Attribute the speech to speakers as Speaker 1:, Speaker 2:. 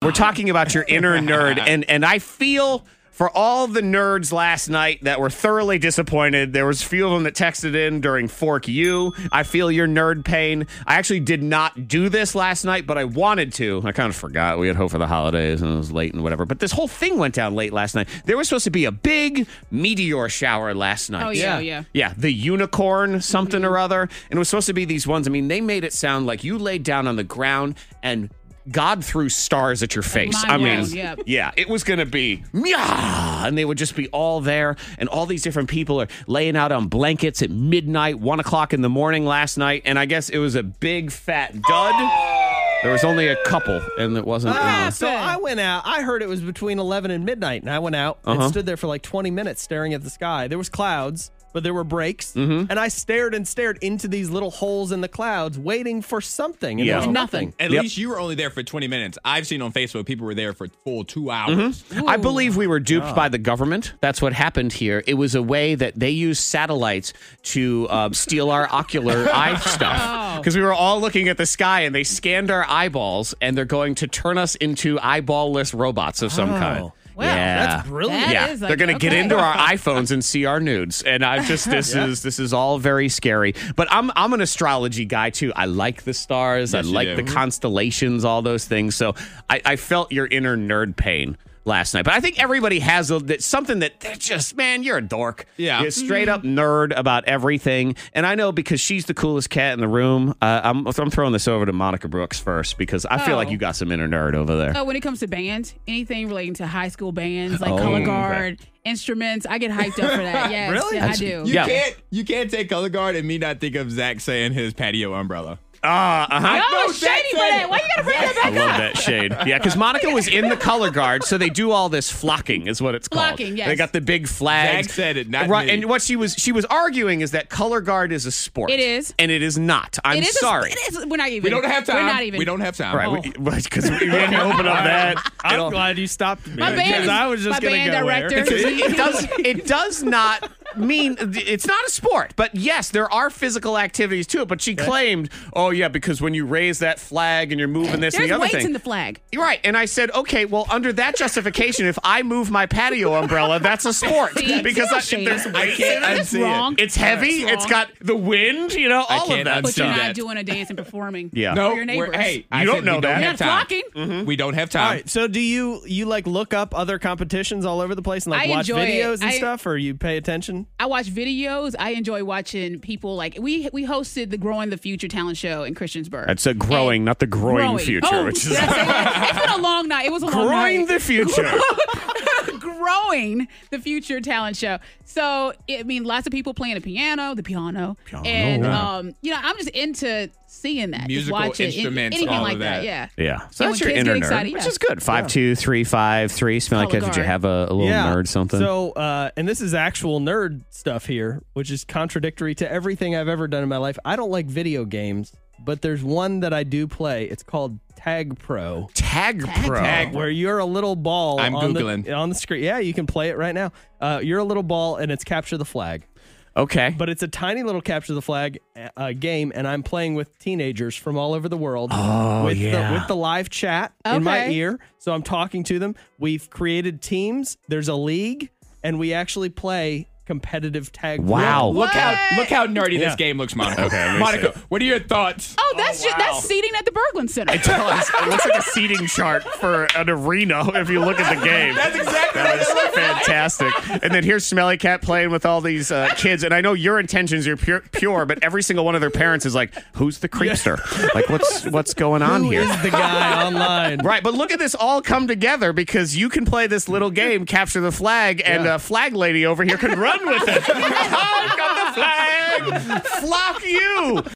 Speaker 1: We're talking about your inner nerd, and and I feel for all the nerds last night that were thoroughly disappointed. There was a few of them that texted in during Fork U. I feel your nerd pain. I actually did not do this last night, but I wanted to. I kind of forgot. We had hope for the holidays, and it was late and whatever. But this whole thing went down late last night. There was supposed to be a big meteor shower last night.
Speaker 2: Oh, yeah, yeah.
Speaker 1: Yeah, the unicorn something or other. And it was supposed to be these ones. I mean, they made it sound like you laid down on the ground and God threw stars at your face.
Speaker 2: Mind
Speaker 1: I mean,
Speaker 2: blown, yeah.
Speaker 1: yeah, it was going to be, "Meow," and they would just be all there. And all these different people are laying out on blankets at midnight, one o'clock in the morning last night. And I guess it was a big fat dud. There was only a couple, and it wasn't. you know-
Speaker 3: Ah, so I went out. I heard it was between 11 and midnight, and I went out
Speaker 4: Uh-huh.
Speaker 3: and stood there for like 20 minutes staring at the sky. There was clouds, but there were breaks,
Speaker 4: Mm-hmm.
Speaker 3: and I stared and stared into these little holes in the clouds, waiting for something, and
Speaker 1: Yeah.
Speaker 3: there was nothing.
Speaker 5: At
Speaker 1: Yep.
Speaker 5: least you were only there for 20 minutes. I've seen on Facebook people were there for full two hours.
Speaker 1: I believe we were duped by the government. That's what happened here. It was a way that they used satellites to uh, steal our ocular eye stuff. Because we were all looking at the sky and they scanned our eyeballs and they're going to turn us into eyeballless robots of some kind.
Speaker 2: Wow,
Speaker 1: yeah.
Speaker 3: that's brilliant.
Speaker 2: That
Speaker 1: yeah,
Speaker 2: is
Speaker 1: they're
Speaker 2: like-
Speaker 1: going to get
Speaker 2: okay.
Speaker 1: into our iPhones and see our nudes, and I just this is this is all very scary. But I'm I'm an astrology guy too. I like the stars, I
Speaker 5: Yes, you
Speaker 1: like
Speaker 5: do.
Speaker 1: the constellations, all those things. So I, I felt your inner nerd pain last night. But I think everybody has a, that something that they're just man, you're a dork.
Speaker 5: Yeah.
Speaker 1: You're a straight up nerd about everything. And I know because she's the coolest cat in the room. Uh, I'm I'm throwing this over to Monica Brooks first because I feel
Speaker 2: Oh.
Speaker 1: like you got some inner nerd over there.
Speaker 2: Oh, when it comes to bands, anything relating to high school bands, like
Speaker 1: Oh,
Speaker 2: color
Speaker 1: okay.
Speaker 2: guard, instruments, I get hyped up for that. Yes,
Speaker 3: Really?
Speaker 2: I
Speaker 1: That's-
Speaker 2: do.
Speaker 5: You
Speaker 1: Yeah.
Speaker 5: can't you can't take color guard and me not think of Zach saying his patio umbrella.
Speaker 1: Ah, uh-huh.
Speaker 2: Oh,
Speaker 5: No,
Speaker 2: shady
Speaker 5: that's
Speaker 2: for
Speaker 5: it.
Speaker 2: that. Why you gotta bring that
Speaker 1: I
Speaker 2: back up?
Speaker 1: love that shade. Yeah, because Monica was in the color guard, so they do all this flocking, is what it's called.
Speaker 2: Flocking, yes.
Speaker 1: They got the big flags.
Speaker 5: Zach said it, not
Speaker 1: right.
Speaker 5: me.
Speaker 1: And what she was she was arguing is that color guard is a sport.
Speaker 2: It is.
Speaker 1: and it is not. I'm
Speaker 2: It is a-
Speaker 1: sorry.
Speaker 2: it is, we're not even.
Speaker 5: We don't have time.
Speaker 2: We're not even. Oh,
Speaker 5: We don't have time.
Speaker 1: Right, because we, when you open up that,
Speaker 4: I'm
Speaker 1: it'll-
Speaker 4: glad you stopped me
Speaker 2: My band,
Speaker 4: because
Speaker 2: is-
Speaker 4: I was just
Speaker 2: my
Speaker 4: going to
Speaker 2: band
Speaker 4: go
Speaker 2: director.
Speaker 4: there.
Speaker 2: he-
Speaker 1: it does it does not mean it's not a sport but yes there are physical activities to it but she claimed oh yeah because when you raise that flag and you're moving this and
Speaker 2: There's
Speaker 1: the other
Speaker 2: weights
Speaker 1: thing
Speaker 2: in the flag.
Speaker 1: You're Right. And I said, okay, well, under that justification, if I move my patio umbrella, that's a sport.
Speaker 2: See,
Speaker 1: because I,
Speaker 2: see how shady
Speaker 1: there's
Speaker 2: it is?
Speaker 1: weight
Speaker 5: can't
Speaker 1: in it.
Speaker 2: That's
Speaker 5: unsee it.
Speaker 2: wrong.
Speaker 1: It's heavy.
Speaker 2: That's
Speaker 1: It's
Speaker 2: wrong.
Speaker 1: got the wind, you know, all of
Speaker 5: can't
Speaker 1: that
Speaker 5: unsee
Speaker 2: But you're
Speaker 1: stuff.
Speaker 5: that.
Speaker 2: not doing a dance and performing.
Speaker 1: Yeah.
Speaker 2: for
Speaker 5: No,
Speaker 2: your
Speaker 5: we're,
Speaker 2: neighbors.
Speaker 5: hey,
Speaker 1: You
Speaker 5: I
Speaker 1: don't
Speaker 5: said
Speaker 1: know
Speaker 5: we
Speaker 1: that. Mm-hmm.
Speaker 5: Don't
Speaker 1: You're
Speaker 5: have
Speaker 2: not
Speaker 5: time.
Speaker 2: flocking.
Speaker 5: We don't have
Speaker 3: All
Speaker 5: time.
Speaker 3: right, so do you you like look up other competitions all over the place and like
Speaker 2: I
Speaker 3: watch
Speaker 2: enjoy it.
Speaker 3: videos and
Speaker 2: I-
Speaker 3: stuff, or you pay attention?
Speaker 2: I watch videos. I enjoy watching people like we we hosted the Growing the Future talent show in Christiansburg.
Speaker 1: That's a growing,
Speaker 2: And-
Speaker 1: not the growing, future,
Speaker 2: Oh,
Speaker 1: which
Speaker 2: did
Speaker 1: is
Speaker 2: I say that? it's been a long night. It was a long
Speaker 1: growing
Speaker 2: night.
Speaker 1: the future.
Speaker 2: growing the future talent show. So I mean, lots of people playing the piano, the piano, and um, you know, I'm just into seeing that,
Speaker 5: Musical
Speaker 2: just watch it,
Speaker 5: instruments,
Speaker 2: anything
Speaker 5: all
Speaker 2: like
Speaker 5: of that.
Speaker 2: Yeah,
Speaker 1: Yeah. So
Speaker 2: Yeah,
Speaker 1: that's your
Speaker 2: when kids get
Speaker 1: inner nerd,
Speaker 2: excited,
Speaker 1: which
Speaker 2: yeah.
Speaker 1: is good. Five, two, three, five, three. Smell like
Speaker 2: Color
Speaker 1: kids. Did you
Speaker 2: guard.
Speaker 1: have a, a little nerd something?
Speaker 3: So, uh, and this is actual nerd stuff here, which is contradictory to everything I've ever done in my life. I don't like video games, but there's one that I do play. It's called Tag Pro,
Speaker 1: Tag, Pro.
Speaker 5: Tag-
Speaker 3: where you're a little ball.
Speaker 5: I'm
Speaker 3: on
Speaker 5: Googling.
Speaker 3: the, on the screen. Yeah, you can play it right now. Uh, you're a little ball, and it's capture the flag.
Speaker 1: Okay.
Speaker 3: But it's a tiny little capture the flag uh, game, and I'm playing with teenagers from all over the world. with
Speaker 1: Oh, yeah.
Speaker 3: the with the live chat in my
Speaker 2: Okay.
Speaker 3: ear, so I'm talking to them. We've created teams. There's a league, and we actually play competitive tag.
Speaker 1: Wow.
Speaker 5: Look how
Speaker 2: What?
Speaker 5: look how nerdy this
Speaker 3: Yeah.
Speaker 5: game looks, Monica.
Speaker 1: Okay, let me
Speaker 5: Monica, what are your thoughts?
Speaker 2: Oh, that's ju- that's seating at the Berglund Center.
Speaker 1: Tell us. It looks like a seating chart for an arena if you look at the game.
Speaker 5: That's exactly
Speaker 1: That
Speaker 5: what it
Speaker 1: was fantastic. And then here's Smelly Cat playing with all these uh, kids. And I know your intentions are pure, pure, but every single one of their parents is like, "Who's the creepster? Like, what's what's going on
Speaker 3: Who
Speaker 1: here?"
Speaker 3: is the guy online?
Speaker 1: Right, but look at this all come together because you can play this little game, capture the flag, and uh, flag lady over here can run with it. I've got the flag. Flock you.